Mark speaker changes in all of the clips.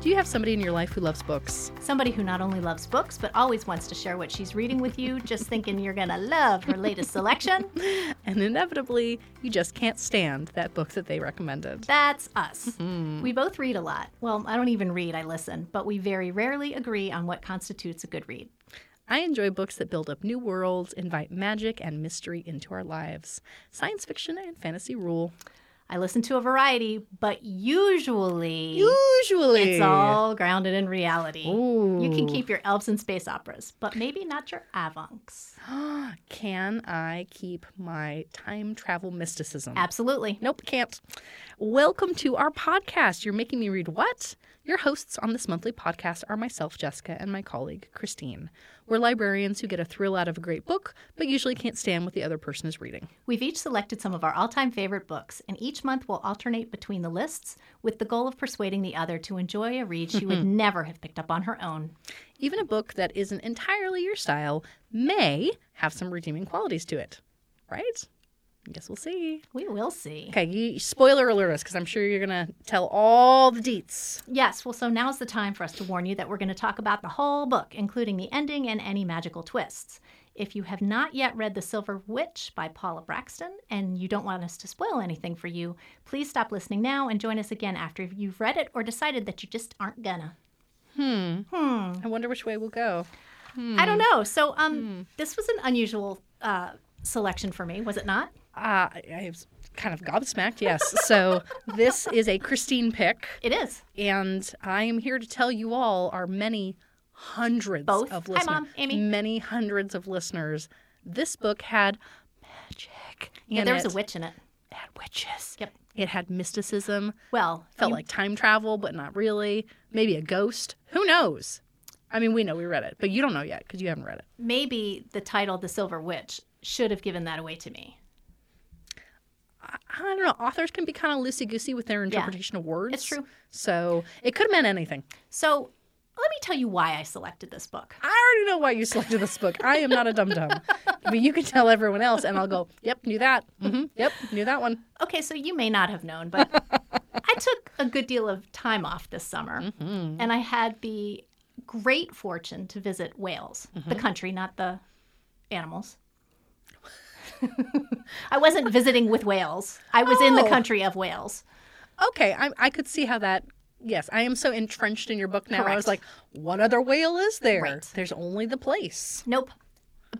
Speaker 1: Do you have somebody in your life who loves books?
Speaker 2: Somebody who not only loves books, but always wants to share what she's reading with you, just thinking you're going to love her latest selection?
Speaker 1: And inevitably, you just can't stand that book that they recommended.
Speaker 2: That's us.
Speaker 1: Hmm.
Speaker 2: We both read a lot. Well, I don't even read, I listen, but we very rarely agree on what constitutes a good read.
Speaker 1: I enjoy books that build up new worlds, invite magic and mystery into our lives. Science fiction and fantasy rule.
Speaker 2: I listen to a variety, but usually
Speaker 1: Usually,
Speaker 2: it's all grounded in reality.
Speaker 1: Ooh.
Speaker 2: You can keep your elves and space operas, but maybe not your avonks.
Speaker 1: Can I keep my time travel mysticism?
Speaker 2: Absolutely.
Speaker 1: Nope, can't. Welcome to our podcast. You're making me read what? Your hosts on this monthly podcast are myself, Jessica, and my colleague, Christine. We're librarians who get a thrill out of a great book, but usually can't stand what the other person is reading.
Speaker 2: We've each selected some of our all time favorite books, and each month we'll alternate between the lists with the goal of persuading the other to enjoy a read she would never have picked up on her own.
Speaker 1: Even a book that isn't entirely your style may have some redeeming qualities to it, right? I guess we'll see.
Speaker 2: We will see.
Speaker 1: Okay, you spoiler alert us because I'm sure you're going to tell all the deets.
Speaker 2: Yes, well, so now's the time for us to warn you that we're going to talk about the whole book, including the ending and any magical twists. If you have not yet read The Silver Witch by Paula Braxton and you don't want us to spoil anything for you, please stop listening now and join us again after you've read it or decided that you just aren't gonna.
Speaker 1: I wonder which way we'll go.
Speaker 2: I don't know. So, um, this was an unusual uh, selection for me, was it not?
Speaker 1: Uh, I I was kind of gobsmacked, yes. so this is a Christine pick,
Speaker 2: It is.
Speaker 1: and I am here to tell you all our many hundreds
Speaker 2: Both.
Speaker 1: of
Speaker 2: Hi,
Speaker 1: listeners.
Speaker 2: Mom. Amy.
Speaker 1: Many hundreds of listeners. This book had magic.
Speaker 2: Yeah,
Speaker 1: in
Speaker 2: there was
Speaker 1: it.
Speaker 2: a witch in it.
Speaker 1: It had witches.
Speaker 2: Yep.
Speaker 1: It had mysticism.
Speaker 2: Well,
Speaker 1: Felt
Speaker 2: you-
Speaker 1: like time travel, but not really. Maybe a ghost. Who knows? I mean, we know we read it, but you don't know yet because you haven't read it.
Speaker 2: maybe the title "The Silver Witch" should have given that away to me.
Speaker 1: I don't know. Authors can be kind of loosey goosey with their interpretation of words.
Speaker 2: It's true.
Speaker 1: So it could have meant anything.
Speaker 2: So, let me tell you why I selected this book.
Speaker 1: I already know why you selected this book. I am not a dum dum. but you can tell everyone else, and I'll go, yep, knew that. hmm Yep, knew that one.
Speaker 2: Okay, so you may not have known, but I took a good deal of time off this summer, and I had the great fortune to visit Wales, the country, not the animals. I wasn't visiting with Wales. I was in the
Speaker 1: Oh.
Speaker 2: country of Wales.
Speaker 1: Okay, I, I could see how that. Yes, I am so entrenched in your book now. I was
Speaker 2: Correct.
Speaker 1: like, what other whale is there?
Speaker 2: Right.
Speaker 1: There's only the place.
Speaker 2: Nope.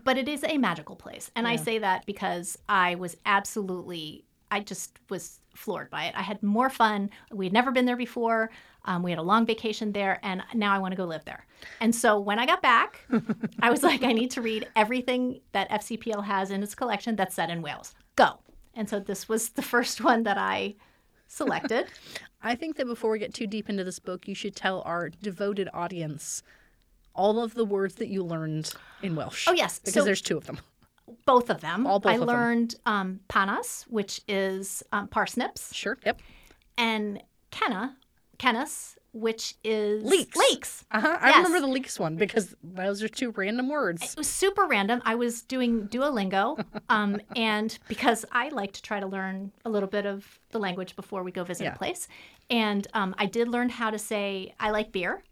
Speaker 2: But it is a magical place. And I say that because I was absolutely, I just was floored by it. I had more fun. We had never been there before. Um, we had a long vacation there. And now I want to go live there. And so when I got back, I was like, I need to read everything that FCPL has in its collection that's set in Wales. Go. And so this was the first one that I selected.
Speaker 1: I think that before we get too deep into this book, you should tell our devoted audience all of the words that you learned in Welsh.
Speaker 2: Oh, yes.
Speaker 1: Because
Speaker 2: So-
Speaker 1: there's two of them.
Speaker 2: both of them.
Speaker 1: All both
Speaker 2: I
Speaker 1: of them.
Speaker 2: learned um, panas, which is um, parsnips.
Speaker 1: Sure. Yep.
Speaker 2: and Kenna, Kennis, which is
Speaker 1: Leeks.
Speaker 2: Leeks.
Speaker 1: Uh huh. I
Speaker 2: Yes.
Speaker 1: remember the leaks one because those are two random words.
Speaker 2: It was super random. I was doing Duolingo, um, and because I like to try to learn a little bit of the language before we go visit
Speaker 1: Yeah.
Speaker 2: a place, and um, I did learn how to say I like beer.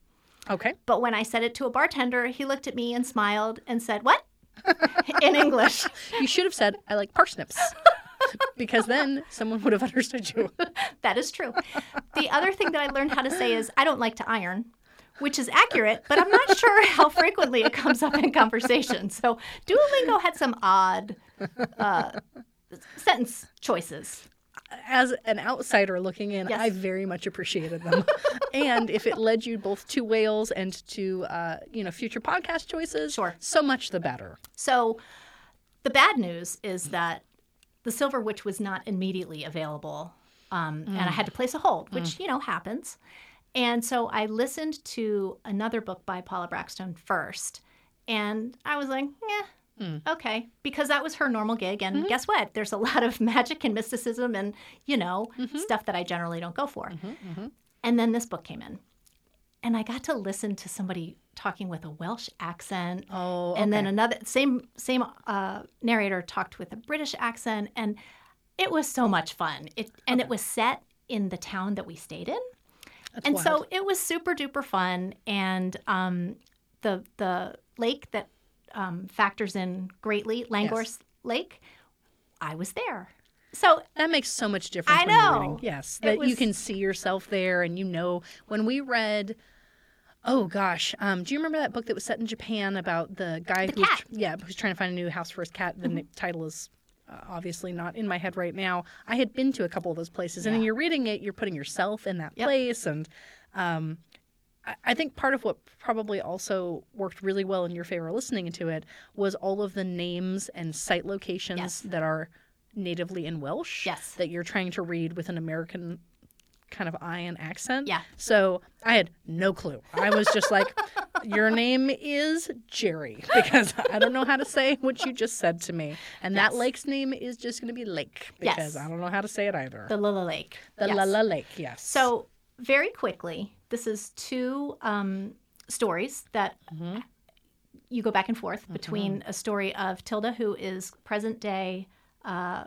Speaker 1: Okay.
Speaker 2: But when I said it to a bartender, he looked at me and smiled and said, "What?" in English.
Speaker 1: You should have said, I like parsnips. because then someone would have understood you.
Speaker 2: That is true. The other thing that I learned how to say is I don't like to iron, which is accurate, but I'm not sure how frequently it comes up in conversation. So Duolingo had some odd uh, sentence choices.
Speaker 1: As an outsider looking in,
Speaker 2: Yes.
Speaker 1: I very much appreciated them. and if it led you both to Wales and to, uh, you know, future podcast choices,
Speaker 2: Sure.
Speaker 1: so much the better.
Speaker 2: So the bad news is that the Silver Witch was not immediately available, um, and I had to place a hold, which you know happens. And so I listened to another book by Paula Braxton first, and I was like, yeah. Okay, because that was her normal gig, and guess what? There's a lot of magic and mysticism, and you know stuff that I generally don't go for. And then this book came in, and I got to listen to somebody talking with a Welsh accent.
Speaker 1: Oh,
Speaker 2: and then another same same uh, narrator talked with a British accent, and it was so much fun. It and it was set in the town that we stayed in, and so it was super duper fun. And um, the the lake that um, factors in greatly, Langorse Lake, I was there. So
Speaker 1: That makes so much difference.
Speaker 2: I
Speaker 1: when you're
Speaker 2: know.
Speaker 1: reading. Yes,
Speaker 2: It
Speaker 1: that you
Speaker 2: was-
Speaker 1: can see yourself there, and you know when we read. Oh gosh, um, do you remember that book that was set in Japan about the guy who
Speaker 2: cat. Mm-hmm.
Speaker 1: Was, yeah who's trying to find a new house for his cat? The n- title is uh, obviously not in my head right now. I had been to a couple of those places, and when you're reading it, you're putting yourself in that
Speaker 2: Yep.
Speaker 1: place, and I- I think part of what probably also worked really well in your favor listening to it was all of the names and site locations
Speaker 2: Yes.
Speaker 1: that are natively in Welsh
Speaker 2: Yes.
Speaker 1: that you're trying to read with an American kind of eye and accent.
Speaker 2: Yeah.
Speaker 1: So I had no clue. I was just like, your name is Jerry because I don't know how to say what you just said to me. And that
Speaker 2: Yes.
Speaker 1: lake's name is just going to be Lake
Speaker 2: Yes.
Speaker 1: because I don't know how to say it either.
Speaker 2: the Lilla Lake.
Speaker 1: The,
Speaker 2: Yes.
Speaker 1: La La Lake, yes.
Speaker 2: So very quickly, this is two um, stories that you go back and forth between a story of Tilda, who is present day uh,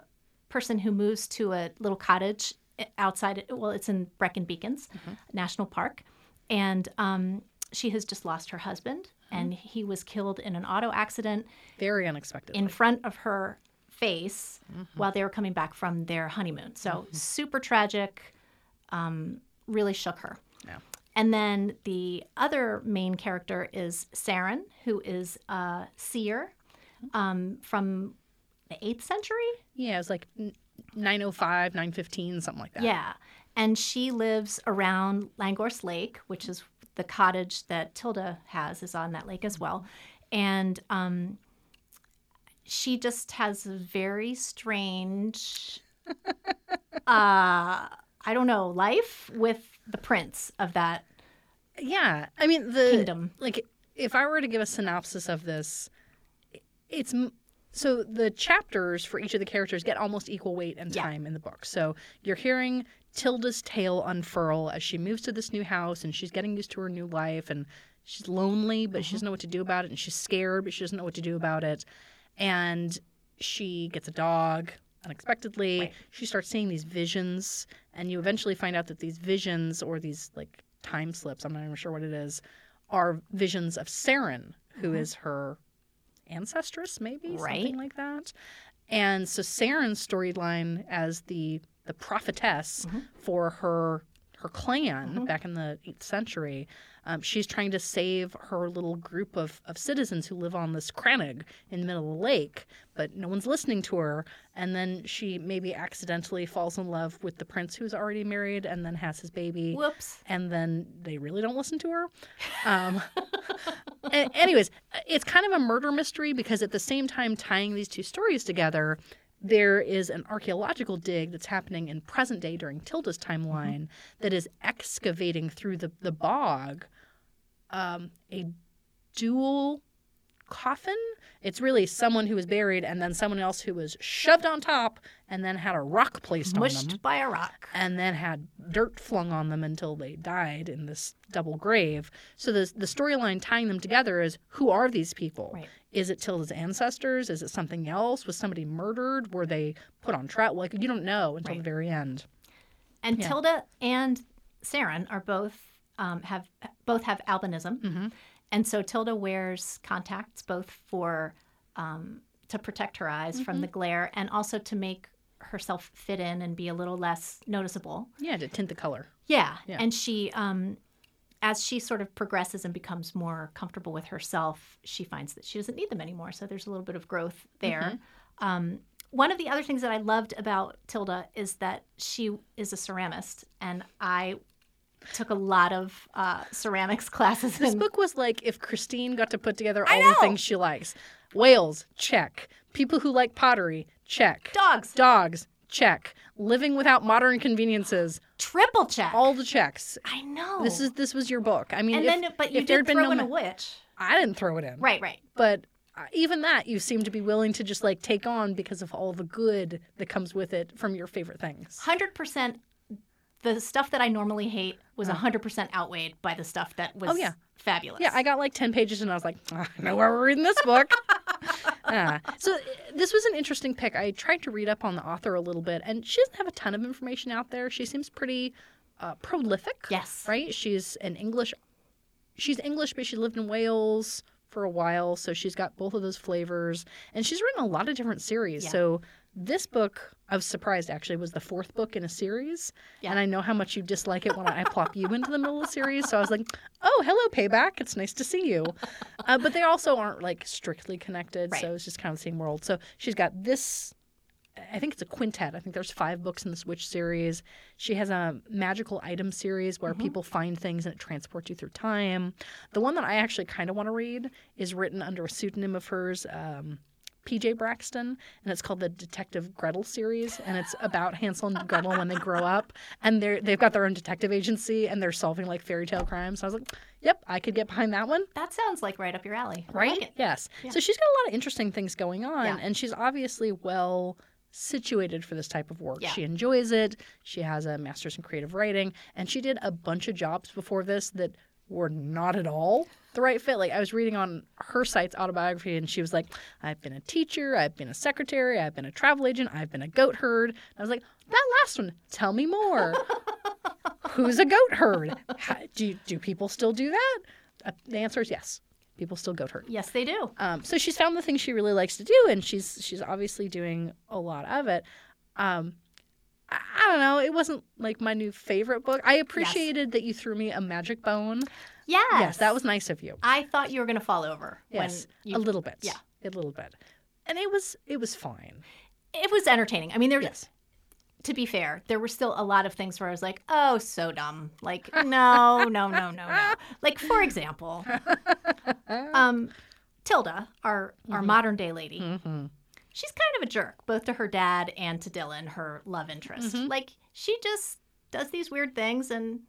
Speaker 2: person who moves to a little cottage i- outside. Well, it's in Breckin Beacons National Park, and um, she has just lost her husband, and he was killed in an auto accident
Speaker 1: very unexpected.
Speaker 2: in front of her face while they were coming back from their honeymoon. So super tragic, um, really shook her.
Speaker 1: Yeah.
Speaker 2: And then the other main character is Saren, who is a seer um, from the 8th century.
Speaker 1: Yeah, it was like n- 905, 915, something like that.
Speaker 2: Yeah. And she lives around Langorse Lake, which is the cottage that Tilda has, is on that lake as well. And um, she just has a very strange, uh, I don't know, life with the prince of that.
Speaker 1: Yeah. I mean, the
Speaker 2: Kingdom.
Speaker 1: Like, if I were to give a synopsis of this, i- it's m- so the chapters for each of the characters get almost equal weight and
Speaker 2: Yeah.
Speaker 1: time in the book. So you're hearing Tilda's tale unfurl as she moves to this new house and she's getting used to her new life and she's lonely, but she doesn't know what to do about it. And she's scared, but she doesn't know what to do about it. And she gets a dog unexpectedly. She starts seeing these visions, and you eventually find out that these visions or these like time slips, I'm not even sure what it is, are visions of Saren, who is her ancestress, maybe
Speaker 2: Right.
Speaker 1: something like that. And so Saren's storyline as the the prophetess for her her clan back in the eighth century, um, she's trying to save her little group of, of citizens who live on this crannog in the middle of the lake, but no one's listening to her. And then she maybe accidentally falls in love with the prince who's already married and then has his baby
Speaker 2: Whoops.
Speaker 1: and then they really don't listen to her. Um, a- anyways, it's kind of a murder mystery because at the same time tying these two stories together, there is an archaeological dig that's happening in present day during Tilda's timeline that is excavating through the, the bog um, a dual coffin. It's really someone who was buried and then someone else who was shoved on top and then had a rock placed on them
Speaker 2: Mushed by a rock.
Speaker 1: and then had dirt flung on them until they died in this double grave. So the the storyline tying them together is who are these people?
Speaker 2: Right.
Speaker 1: Is it Tilda's ancestors? Is it something else? Was somebody murdered? Were they put on trial? Like you don't know until the
Speaker 2: Right.
Speaker 1: very end.
Speaker 2: And Tilda and Saren are both um, have both have albinism, and so Tilda wears contacts both for um, to protect her eyes from the glare and also to make herself fit in and be a little less noticeable.
Speaker 1: Yeah, to tint the color.
Speaker 2: Yeah,
Speaker 1: Yeah.
Speaker 2: and she. Um, as she sort of progresses and becomes more comfortable with herself, she finds that she doesn't need them anymore. So there's a little bit of growth there.
Speaker 1: Mm-hmm.
Speaker 2: Um, one of the other things that I loved about Tilda is that she is a ceramist, and I took a lot of uh, ceramics classes.
Speaker 1: This
Speaker 2: in-
Speaker 1: book was like if Christine got to put together
Speaker 2: I
Speaker 1: all the
Speaker 2: know.
Speaker 1: things she likes. Whales, check. People who like pottery, check.
Speaker 2: dogs
Speaker 1: Dogs, check. Living without modern conveniences,
Speaker 2: triple check.
Speaker 1: all the checks.
Speaker 2: I know.
Speaker 1: This is this was your book. I mean,
Speaker 2: Oh. and
Speaker 1: if,
Speaker 2: then, but you
Speaker 1: if there had
Speaker 2: did
Speaker 1: been
Speaker 2: throw
Speaker 1: no
Speaker 2: in
Speaker 1: ma-
Speaker 2: a witch,
Speaker 1: I didn't throw it in.
Speaker 2: right? Right.
Speaker 1: But uh, even that you seem to be willing to just like take on because of all the good that comes with it from your favorite things.
Speaker 2: Hundred percent. The stuff that I normally hate was hundred percent outweighed by the stuff that was
Speaker 1: Uh-huh. Oh, yeah.
Speaker 2: fabulous.
Speaker 1: Yeah, I got like 10 pages and I was like, "Ah, I know why we're reading this book. Ah. so uh, this was an interesting pick. I tried to read up on the author a little bit and she doesn't have a ton of information out there. She seems pretty uh, prolific.
Speaker 2: Yes.
Speaker 1: Right? She's an English, she's English, but she lived in Wales for a while. So she's got both of those flavors. And she's written a lot of different series.
Speaker 2: Yeah.
Speaker 1: So this book, I was surprised actually, was the fourth book in a series.
Speaker 2: Yeah.
Speaker 1: And I know how much you dislike it when I plop you into the middle of the series. So I was like, oh, hello, Payback. It's nice to see you. Uh, but they also aren't like strictly connected.
Speaker 2: Right.
Speaker 1: So it's just kind of the same world. So she's got this I think it's a quintet. I think there's five books in this witch series. She has a magical item series where people find things and it transports you through time. The one that I actually kind of want to read is written under a pseudonym of hers, um, PJ Braxton, and it's called the Detective Gretel series, and it's about Hansel and Gretel when they grow up, and they are they've got their own detective agency and they're solving like fairy tale crimes. So I was like, yep, I could get behind that one.
Speaker 2: That sounds like right up your alley. I
Speaker 1: Right?
Speaker 2: like it.
Speaker 1: Yes. So she's got a lot of interesting things going on,
Speaker 2: Yeah.
Speaker 1: and she's obviously well situated for this type of work.
Speaker 2: Yeah.
Speaker 1: She enjoys it. She has a master's in creative writing, and she did a bunch of jobs before this that were not at all the right fit. Like I was reading on her site's autobiography and she was like, I've been a teacher, I've been a secretary, I've been a travel agent, I've been a goat herd. And I was like, that last one, tell me more. Who's a goat herd? How, do do people still do that? Uh, the answer is yes. People still goat herd.
Speaker 2: Yes, they do.
Speaker 1: Um, so she's found the thing she really likes to do, and she's she's obviously doing a lot of it. Um, I, I don't know. It wasn't like my new favorite book. I appreciated that you threw me a magic bone.
Speaker 2: Yes.
Speaker 1: Yes, that was nice of you.
Speaker 2: I thought you were going to fall over.
Speaker 1: Yes,
Speaker 2: When you,
Speaker 1: a little bit.
Speaker 2: yeah.
Speaker 1: a little bit. And it was it was fine.
Speaker 2: it was entertaining. I mean, there's
Speaker 1: Yes.
Speaker 2: to be fair, there were still a lot of things where I was like, oh, so dumb. Like, no, no, no, no, no. Like, for example, um, Tilda, our, our modern day lady,
Speaker 1: Mm-hmm.
Speaker 2: she's kind of a jerk, both to her dad and to Dylan, her love interest.
Speaker 1: Mhm.
Speaker 2: Like, she just does these weird things and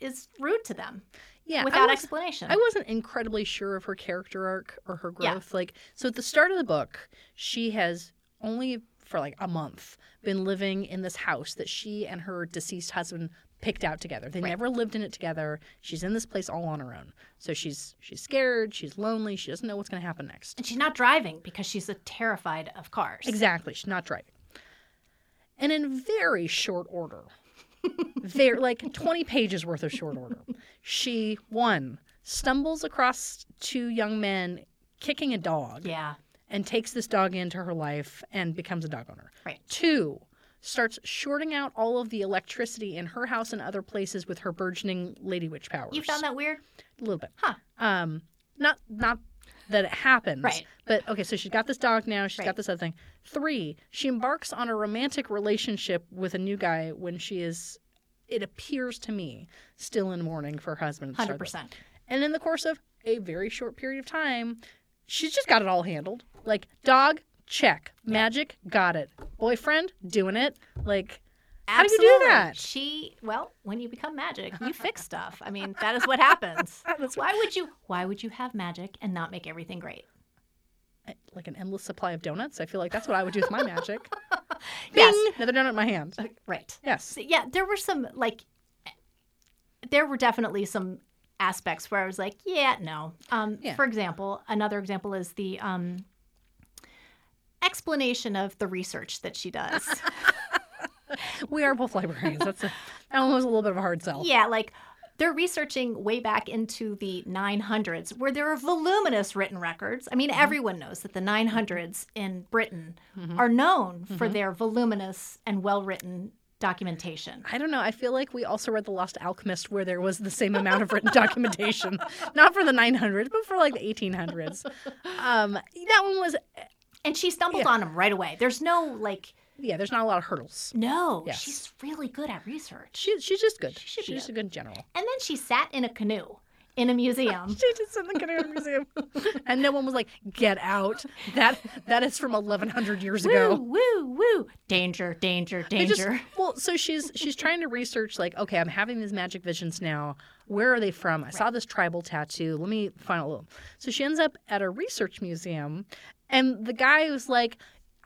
Speaker 2: is rude to them
Speaker 1: Yeah, I
Speaker 2: without
Speaker 1: was-
Speaker 2: explanation.
Speaker 1: I wasn't incredibly sure of her character arc or her
Speaker 2: Yeah.
Speaker 1: growth. Like, so at the start of the book, she has only for like a month been living in this house that she and her deceased husband picked out together. They
Speaker 2: Right.
Speaker 1: never lived in it together. She's in this place all on her own. So she's she's scared, she's lonely, she doesn't know what's going to happen next.
Speaker 2: and she's not driving because she's uh, terrified of cars.
Speaker 1: Exactly. She's not driving. And in very short order, very like 20 pages worth of short order, she one stumbles across two young men kicking a dog
Speaker 2: Yeah.
Speaker 1: and takes this dog into her life and becomes a dog owner.
Speaker 2: Right.
Speaker 1: Two starts shorting out all of the electricity in her house and other places with her burgeoning lady witch powers.
Speaker 2: You found that weird?
Speaker 1: a little bit.
Speaker 2: Huh.
Speaker 1: Um, not not that it happens.
Speaker 2: Right.
Speaker 1: But okay, so she's got this dog now. She's
Speaker 2: Right.
Speaker 1: got this other thing. Three, she embarks on a romantic relationship with a new guy when she is, it appears to me, still in mourning for her husband. at the start of
Speaker 2: 100%.
Speaker 1: the and in the course of a very short period of time, she's just got it all handled. Like, dog, check. Magic, got it. Boyfriend, doing it. Like, how do you do
Speaker 2: Absolutely.
Speaker 1: that?
Speaker 2: She well, when you become magic, you fix stuff. I mean, that is what happens. why would you why would you have magic and not make everything great?
Speaker 1: like an endless supply of donuts. I feel like that's what I would do with my magic.
Speaker 2: Yes.
Speaker 1: Bing! Another donut in my hand.
Speaker 2: Right.
Speaker 1: Yes.
Speaker 2: So, yeah, there were some like there were definitely some aspects where I was like, yeah, no. Um
Speaker 1: Yeah.
Speaker 2: for example, another example is the um explanation of the research that she does.
Speaker 1: We are both librarians. That's a, that one was a little bit of a hard sell.
Speaker 2: yeah, like they're researching way back into the 900s where there are voluminous written records. I mean, everyone knows that the 900s in Britain are known for their voluminous and well-written documentation.
Speaker 1: I don't know. I feel like we also read The Lost Alchemist, where there was the same amount of written documentation, not for the 900s, but for like the 1800s. Um, that one was,
Speaker 2: And she stumbled on them right away. There's no like
Speaker 1: yeah. There's not a lot of hurdles.
Speaker 2: no,
Speaker 1: Yes.
Speaker 2: she's really good at research.
Speaker 1: She, she's just good.
Speaker 2: should be
Speaker 1: she's just a good general.
Speaker 2: And then she sat in a canoe in a museum.
Speaker 1: She just in the Canadian Museum, and no one was like, "Get out!" That that is from 1100 years
Speaker 2: woo,
Speaker 1: ago.
Speaker 2: woo, woo. Danger, danger,
Speaker 1: They just-
Speaker 2: danger.
Speaker 1: well, so she's she's trying to research like, okay, I'm having these magic visions now. Where are they from? I saw this tribal tattoo. Let me find a little. So she ends up at a research museum, and the guy who's like,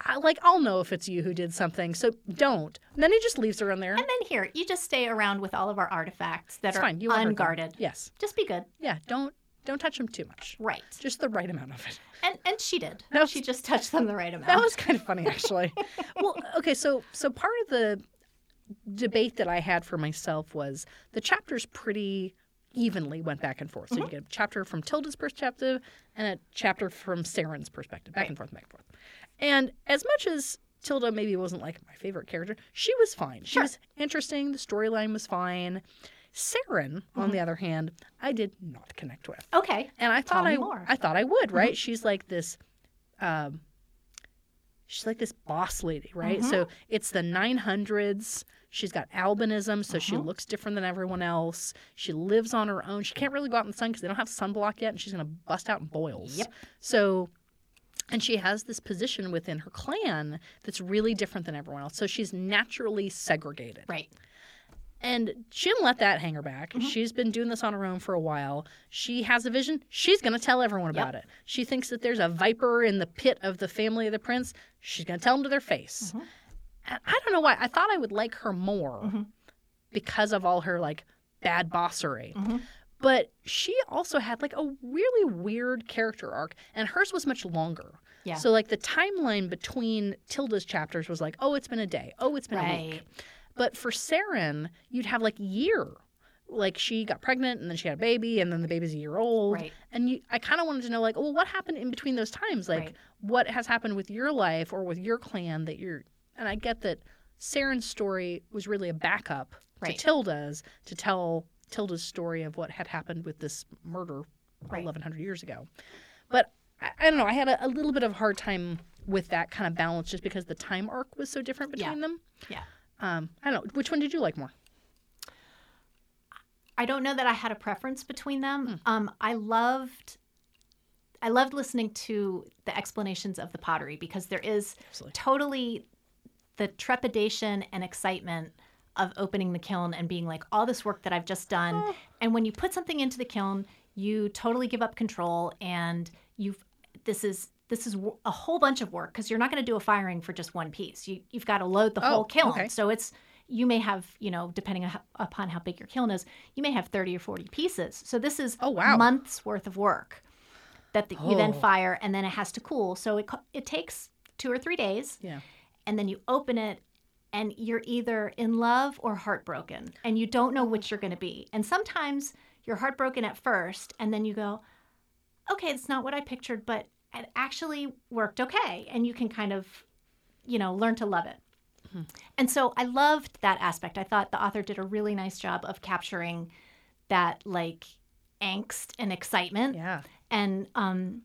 Speaker 1: I, like I'll know if it's you who did something, so don't. And then he just leaves her in there.
Speaker 2: And then here, you just stay around with all of our artifacts that
Speaker 1: It's
Speaker 2: are
Speaker 1: fine. You want her gone.
Speaker 2: unguarded.
Speaker 1: Yes.
Speaker 2: Just be good.
Speaker 1: Yeah. Don't don't touch them too much.
Speaker 2: Right.
Speaker 1: Just the right amount of it.
Speaker 2: And and she did.
Speaker 1: That was-
Speaker 2: she just touched them the right amount.
Speaker 1: That was kind of funny, actually. well, okay, so so part of the debate that I had for myself was the chapters pretty evenly went back and forth. So you get a chapter from Tilda's perspective and a chapter from Saren's perspective, back and forth, back and forth. And as much as Tilda maybe wasn't like my favorite character, she was fine. She
Speaker 2: Sure.
Speaker 1: was interesting. The storyline was fine. Saren, on the other hand, I did not connect with.
Speaker 2: Okay.
Speaker 1: And I
Speaker 2: Tell
Speaker 1: thought
Speaker 2: me
Speaker 1: I,
Speaker 2: more. Mm-hmm.
Speaker 1: I thought I would, right? She's like this, um, she's like this boss lady, right? So
Speaker 2: Mm-hmm.
Speaker 1: it's the 900s. She's got albinism, so
Speaker 2: Uh-huh.
Speaker 1: she looks different than everyone else. She lives on her own. She can't really go out in the sun because they don't have sunblock yet, and she's gonna bust out in boils.
Speaker 2: Yep.
Speaker 1: So. And she has this position within her clan that's really different than everyone else. So she's naturally segregated.
Speaker 2: Right.
Speaker 1: And she didn't let that hang her back.
Speaker 2: Mm-hmm.
Speaker 1: She's been doing this on her own for a while. She has a vision. She's going to tell everyone about it. She thinks that there's a viper in the pit of the family of the prince. She's going to tell them to their face.
Speaker 2: Mm-hmm.
Speaker 1: And I don't know why. I thought I would like her more because of all her like bad bossery.
Speaker 2: Mm-hmm.
Speaker 1: But she also had like a really weird character arc, and hers was much longer.
Speaker 2: Yeah.
Speaker 1: So like the timeline between Tilda's chapters was like, oh, it's been a day. Oh, it's been a week.
Speaker 2: Right.
Speaker 1: But for Saren, you'd have like a year. Like she got pregnant and then she had a baby and then the baby's a year old.
Speaker 2: Right.
Speaker 1: And you, I kind of wanted to know like, well, what happened in between those times? Like
Speaker 2: Right.
Speaker 1: what has happened with your life or with your clan that you're and I get that Saren's story was really a backup to
Speaker 2: Right.
Speaker 1: Tilda's to tell Tilda's story of what had happened with this murder
Speaker 2: Right.
Speaker 1: 1100 years ago. But I, I don't know, I had a, a little bit of a hard time with that kind of balance just because the time arc was so different
Speaker 2: Yeah.
Speaker 1: between them.
Speaker 2: Yeah.
Speaker 1: Um, I don't know. Which one did you like more?
Speaker 2: I don't know that I had a preference between them.
Speaker 1: Hmm.
Speaker 2: Um, I loved, I loved listening to the explanations of the pottery because there is
Speaker 1: Absolutely.
Speaker 2: totally the trepidation and excitement of opening the kiln and being like, all this work that I've just done.
Speaker 1: Ah.
Speaker 2: And when you put something into the kiln, you totally give up control and you've this is this is w- a whole bunch of work because you're not going to do a firing for just one piece. You you've got to load the
Speaker 1: Oh,
Speaker 2: whole kiln.
Speaker 1: okay.
Speaker 2: So it's you may have you know depending on how, upon how big your kiln is, you may have thirty or forty pieces. So this is
Speaker 1: Oh, wow.
Speaker 2: months worth of work that the, you then
Speaker 1: Oh.
Speaker 2: fire and then it has to cool. So it co- it takes two or three days
Speaker 1: Yeah.
Speaker 2: and then you open it and you're either in love or heartbroken and you don't know which you're going to be and sometimes you're heartbroken at first and then you go okay it's not what i pictured but it actually worked okay and you can kind of you know learn to love it
Speaker 1: Hmm.
Speaker 2: and so i loved that aspect i thought the author did a really nice job of capturing that like angst and excitement
Speaker 1: Yeah.
Speaker 2: and um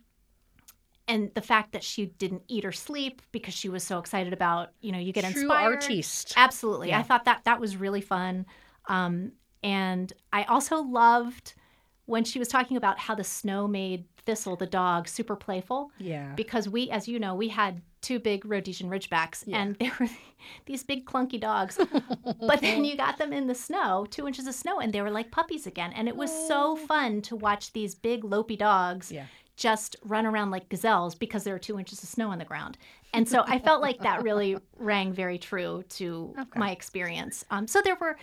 Speaker 2: and the fact that she didn't eat or sleep because she was so excited about you know you get
Speaker 1: True
Speaker 2: inspired
Speaker 1: artiste.
Speaker 2: absolutely
Speaker 1: Yeah.
Speaker 2: i thought that that was really fun um and i also loved when she was talking about how the snow made thistle the dog super playful
Speaker 1: Yeah.
Speaker 2: because we as you know we had two big rhodesian ridgebacks and they were these big clunky dogs but then you got them in the snow two inches of snow and they were like puppies again and it was so fun to watch these big lopey dogs
Speaker 1: Oh. Yeah.
Speaker 2: just run around like gazelles because there were two inches of snow on the ground and so i felt like that really rang very true to
Speaker 1: Okay.
Speaker 2: my experience um, so there were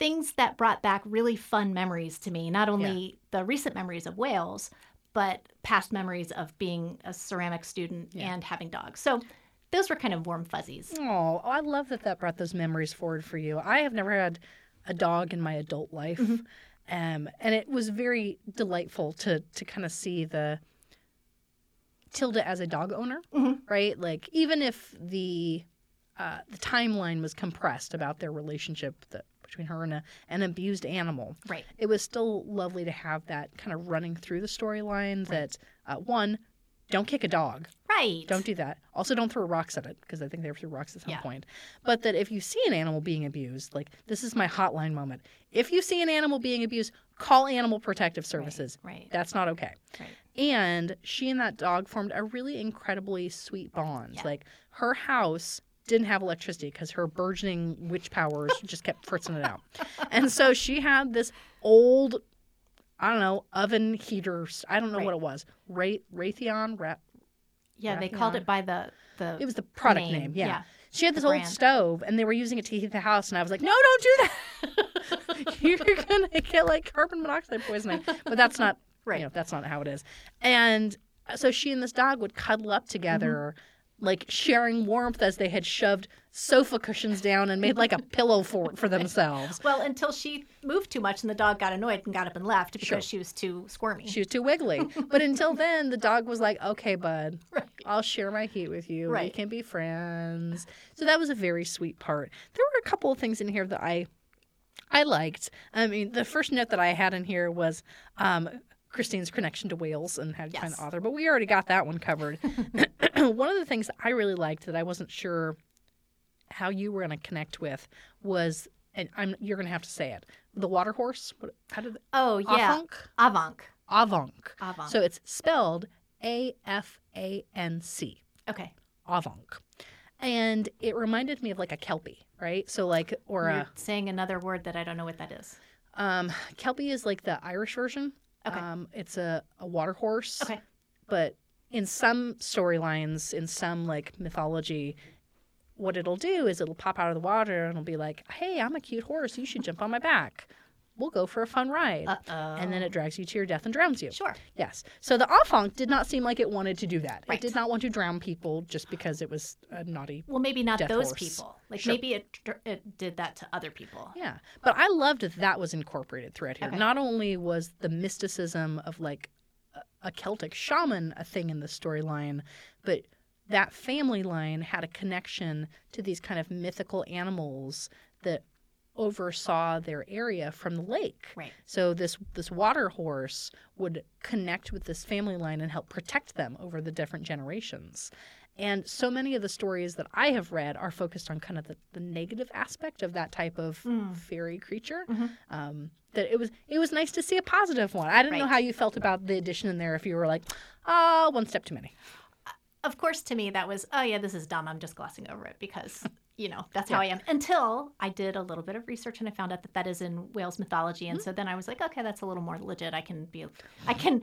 Speaker 2: things that brought back really fun memories to me not only the recent memories of wales but past memories of being a ceramic student and having dogs so those were kind of warm fuzzies
Speaker 1: Oh, I love that that brought those memories forward for you. I have never had a dog in my adult life. Um, and it was very delightful to to kind of see the Tilda as a dog owner, right? Like even if the uh, the timeline was compressed about their relationship that, between her and a, an abused animal,
Speaker 2: right
Speaker 1: it was still lovely to have that kind of running through the storyline that uh, one don't kick a dog
Speaker 2: right
Speaker 1: don't do that also don't throw rocks at it because i think they threw rocks at some
Speaker 2: Yeah.
Speaker 1: point but that if you see an animal being abused like this is my hotline moment if you see an animal being abused call animal protective services
Speaker 2: right
Speaker 1: that's not okay
Speaker 2: right
Speaker 1: and she and that dog formed a really incredibly sweet bond.
Speaker 2: Yeah.
Speaker 1: Like her house didn't have electricity because her burgeoning witch powers just kept fritzing it out. And so she had this old, I don't know, oven heater. s- I don't know what
Speaker 2: Right.
Speaker 1: it was. Ra- Raytheon? Ra-
Speaker 2: yeah they called
Speaker 1: Raytheon.
Speaker 2: it by the the
Speaker 1: it was the product name.
Speaker 2: Name,
Speaker 1: Yeah.
Speaker 2: yeah.
Speaker 1: She had this
Speaker 2: The
Speaker 1: old
Speaker 2: brand.
Speaker 1: stove and they were using it to heat the house. And I was like, no, don't do that. You're going to get like carbon monoxide poisoning. But that's not right.
Speaker 2: Right.
Speaker 1: You know, that's not how it is. And so she and this dog would cuddle up together. like sharing warmth as they had shoved sofa cushions down and made like a pillow fort for themselves.
Speaker 2: Well, until she moved too much and the dog got annoyed and got up and left because she was too squirmy.
Speaker 1: She was too wiggly. But until then, the dog was like, okay, bud,
Speaker 2: Right.
Speaker 1: I'll share my heat with you. We
Speaker 2: Right.
Speaker 1: can be friends. So that was a very sweet part. There were a couple of things in here that I. I liked. I mean, the first note that I had in here was um, Christine's connection to Wales and how to find
Speaker 2: Yes.
Speaker 1: the author, but we already got that one covered. one of the things I really liked that I wasn't sure how you were going to connect with was, and I'm you're going to have to say it, the water horse. What, how did
Speaker 2: oh, yeah.
Speaker 1: Avanc?
Speaker 2: Avanc.
Speaker 1: Avanc.
Speaker 2: Avanc.
Speaker 1: So it's spelled A F A N C.
Speaker 2: okay.
Speaker 1: Avanc. And it reminded me of like a kelpie, right? So like or
Speaker 2: You're
Speaker 1: a
Speaker 2: saying another word that I don't know what that is.
Speaker 1: um kelpie is like the Irish version.
Speaker 2: Mm-hmm. Okay.
Speaker 1: Um it's a, a water horse.
Speaker 2: Okay.
Speaker 1: But in some storylines, in some like mythology, what it'll do is it'll pop out of the water and it'll be like, "Hey, I'm a cute horse. You should jump on my back. We'll go for a fun ride."
Speaker 2: Uh oh.
Speaker 1: and then it drags you to your death and drowns you.
Speaker 2: Sure.
Speaker 1: Yes. So the Afong did not seem like it wanted to do that. It
Speaker 2: Right.
Speaker 1: did not want to drown people just because it was a naughty.
Speaker 2: Well, maybe not
Speaker 1: Death
Speaker 2: those
Speaker 1: horse.
Speaker 2: people. Like
Speaker 1: Sure.
Speaker 2: maybe it, tr- it did that to other people.
Speaker 1: Yeah. But I loved that that was incorporated throughout here.
Speaker 2: Okay.
Speaker 1: Not only was the mysticism of like a- a Celtic shaman a thing in the storyline, but that family line had a connection to these kind of mythical animals that oversaw their area from the lake.
Speaker 2: Right.
Speaker 1: So this this water horse would connect with this family line and help protect them over the different generations. And so many of the stories that I have read are focused on kind of the, the negative aspect of that type of
Speaker 2: Hmm. Mm-hmm.
Speaker 1: fairy creature. Um, that it was it was nice to see a positive one. I didn't know
Speaker 2: Right.
Speaker 1: how you felt about the addition in there. If you were like, ah, one step too many.
Speaker 2: Of course, to me, that was, oh, yeah, this is dumb. I'm just glossing over it because, you know, that's how I am. Until I did a little bit of research and I found out that that is in Wales mythology.
Speaker 1: Mm-hmm.
Speaker 2: And so then I was like, okay, that's a little more legit. I can be, I can,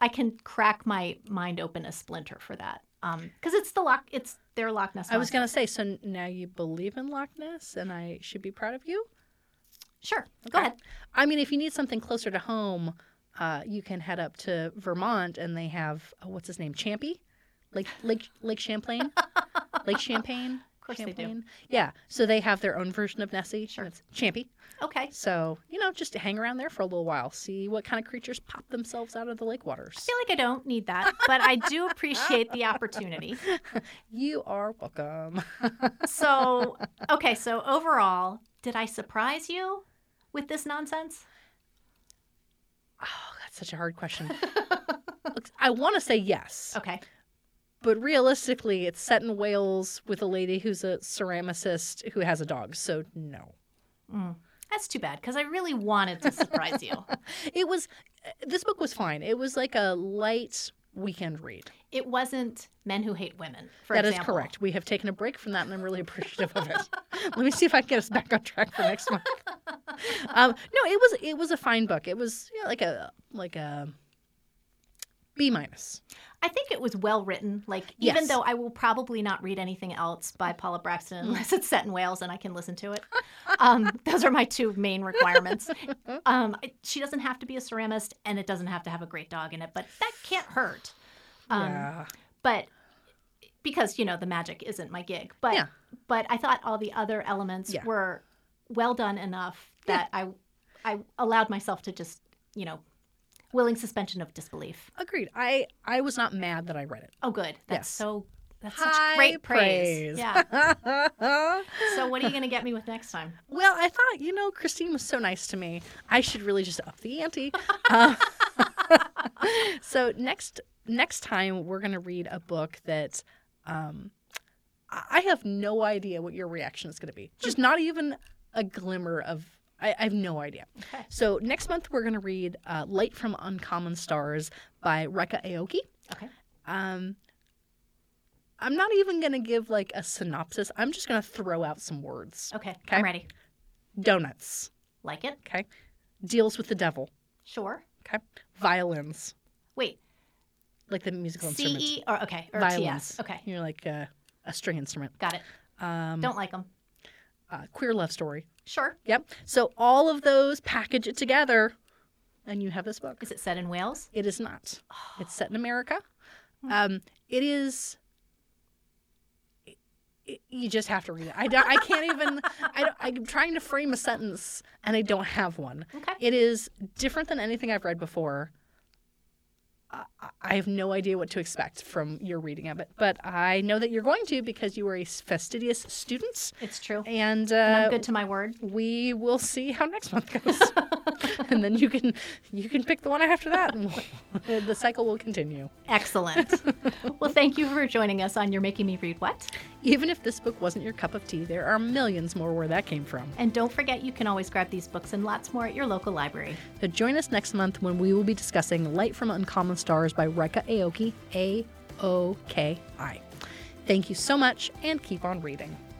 Speaker 2: I can crack my mind open a splinter for that. Um, because it's the Loch, it's their Loch Ness.
Speaker 1: I was
Speaker 2: Monster.
Speaker 1: gonna say, so now you believe in Loch Ness, and I should be proud of you.
Speaker 2: Sure. Go
Speaker 1: Okay.
Speaker 2: ahead.
Speaker 1: I mean, if you need something closer to home, uh, you can head up to Vermont, and they have oh, what's his name, Champy, Lake Lake Lake Champlain, Lake Champagne. Of
Speaker 2: course they do.
Speaker 1: Yeah, so they have their own version of Nessie.
Speaker 2: Sure.
Speaker 1: It's Champy.
Speaker 2: Okay.
Speaker 1: So you know, just hang around there for a little while, see what kind of creatures pop themselves out of the lake waters.
Speaker 2: feel like I don't need that, but I do appreciate the opportunity.
Speaker 1: You are welcome.
Speaker 2: So, okay, so overall, did I surprise you with this nonsense?
Speaker 1: Oh, that's such a hard question. Look, I want to say yes.
Speaker 2: Okay.
Speaker 1: but realistically, it's set in Wales with a lady who's a ceramicist who has a dog. So no,
Speaker 2: Mm. That's too bad because I really wanted to surprise you.
Speaker 1: it was. uh, This book was fine. It was like a light weekend read.
Speaker 2: It wasn't men who hate women, for
Speaker 1: That is
Speaker 2: example.
Speaker 1: correct. We have taken a break from that, and I'm really appreciative of it. Let me see if I can get us back on track for next month. Um, no, it was it was a fine book. It was you know, like a like a B minus.
Speaker 2: I think it was well written. Like, even
Speaker 1: Yes. Mm.
Speaker 2: though I will probably not read anything else by Paula Braxton unless it's set in Wales and I can listen to it. Um, those are my two main requirements. Um, I- she doesn't have to be a ceramist and it doesn't have to have a great dog in it, but that can't hurt. Um,
Speaker 1: yeah.
Speaker 2: but because you know the magic isn't my gig but
Speaker 1: Yeah.
Speaker 2: but i thought all the other elements
Speaker 1: Yeah.
Speaker 2: were well done enough that i i allowed myself to just you know willing suspension of disbelief
Speaker 1: Agreed. I I was not mad that I read it.
Speaker 2: oh good
Speaker 1: Yes.
Speaker 2: that's so that's
Speaker 1: High
Speaker 2: such great
Speaker 1: praise.
Speaker 2: praise yeah so what are you going to get me with next time
Speaker 1: Well, I thought, you know, Christine was so nice to me. I should really just up the ante. Uh, so next next time we're going to read a book that um, I I have no idea what your reaction is going to be.
Speaker 2: Hmm.
Speaker 1: Just not even a glimmer of. I, I have no idea.
Speaker 2: Okay.
Speaker 1: So next month we're going to read uh, "Light from Uncommon Stars" by Rekka Aoki.
Speaker 2: okay
Speaker 1: Um, I'm not even going to give like a synopsis. I'm just going to throw out some words.
Speaker 2: okay
Speaker 1: Okay.
Speaker 2: i'm ready
Speaker 1: Donuts.
Speaker 2: like it
Speaker 1: Okay. Deals with the devil.
Speaker 2: sure
Speaker 1: Okay. Violins,
Speaker 2: wait
Speaker 1: like the musical instrument.
Speaker 2: ce or okay or
Speaker 1: Violins.
Speaker 2: ts okay
Speaker 1: You're like a, a string instrument.
Speaker 2: got it
Speaker 1: Um,
Speaker 2: don't like them
Speaker 1: uh, queer love story.
Speaker 2: sure
Speaker 1: Yep. So all of those package it together, and you have this book.
Speaker 2: is it set in wales
Speaker 1: It is not. It's set in America. Um, it is you just have to read it. I, don't, I can't even. I don't, I'm trying to frame a sentence and I don't have one.
Speaker 2: Okay.
Speaker 1: It is different than anything I've read before. I- I have no idea what to expect from your reading of it, but I know that you're going to because you are a fastidious student.
Speaker 2: It's true.
Speaker 1: And, uh,
Speaker 2: I'm good to my word.
Speaker 1: we will see how next month goes, and then you can you can pick the one after that, and we'll- the cycle will continue.
Speaker 2: Excellent. well, thank you for joining us on You're Making Me Read What.
Speaker 1: Even if this book wasn't your cup of tea, there are millions more where that came from.
Speaker 2: And don't forget, you can always grab these books and lots more at your local library.
Speaker 1: So join us next month when we will be discussing Light from Uncommon Stars by Reka Aoki, A O K I. Thank you so much and keep on reading.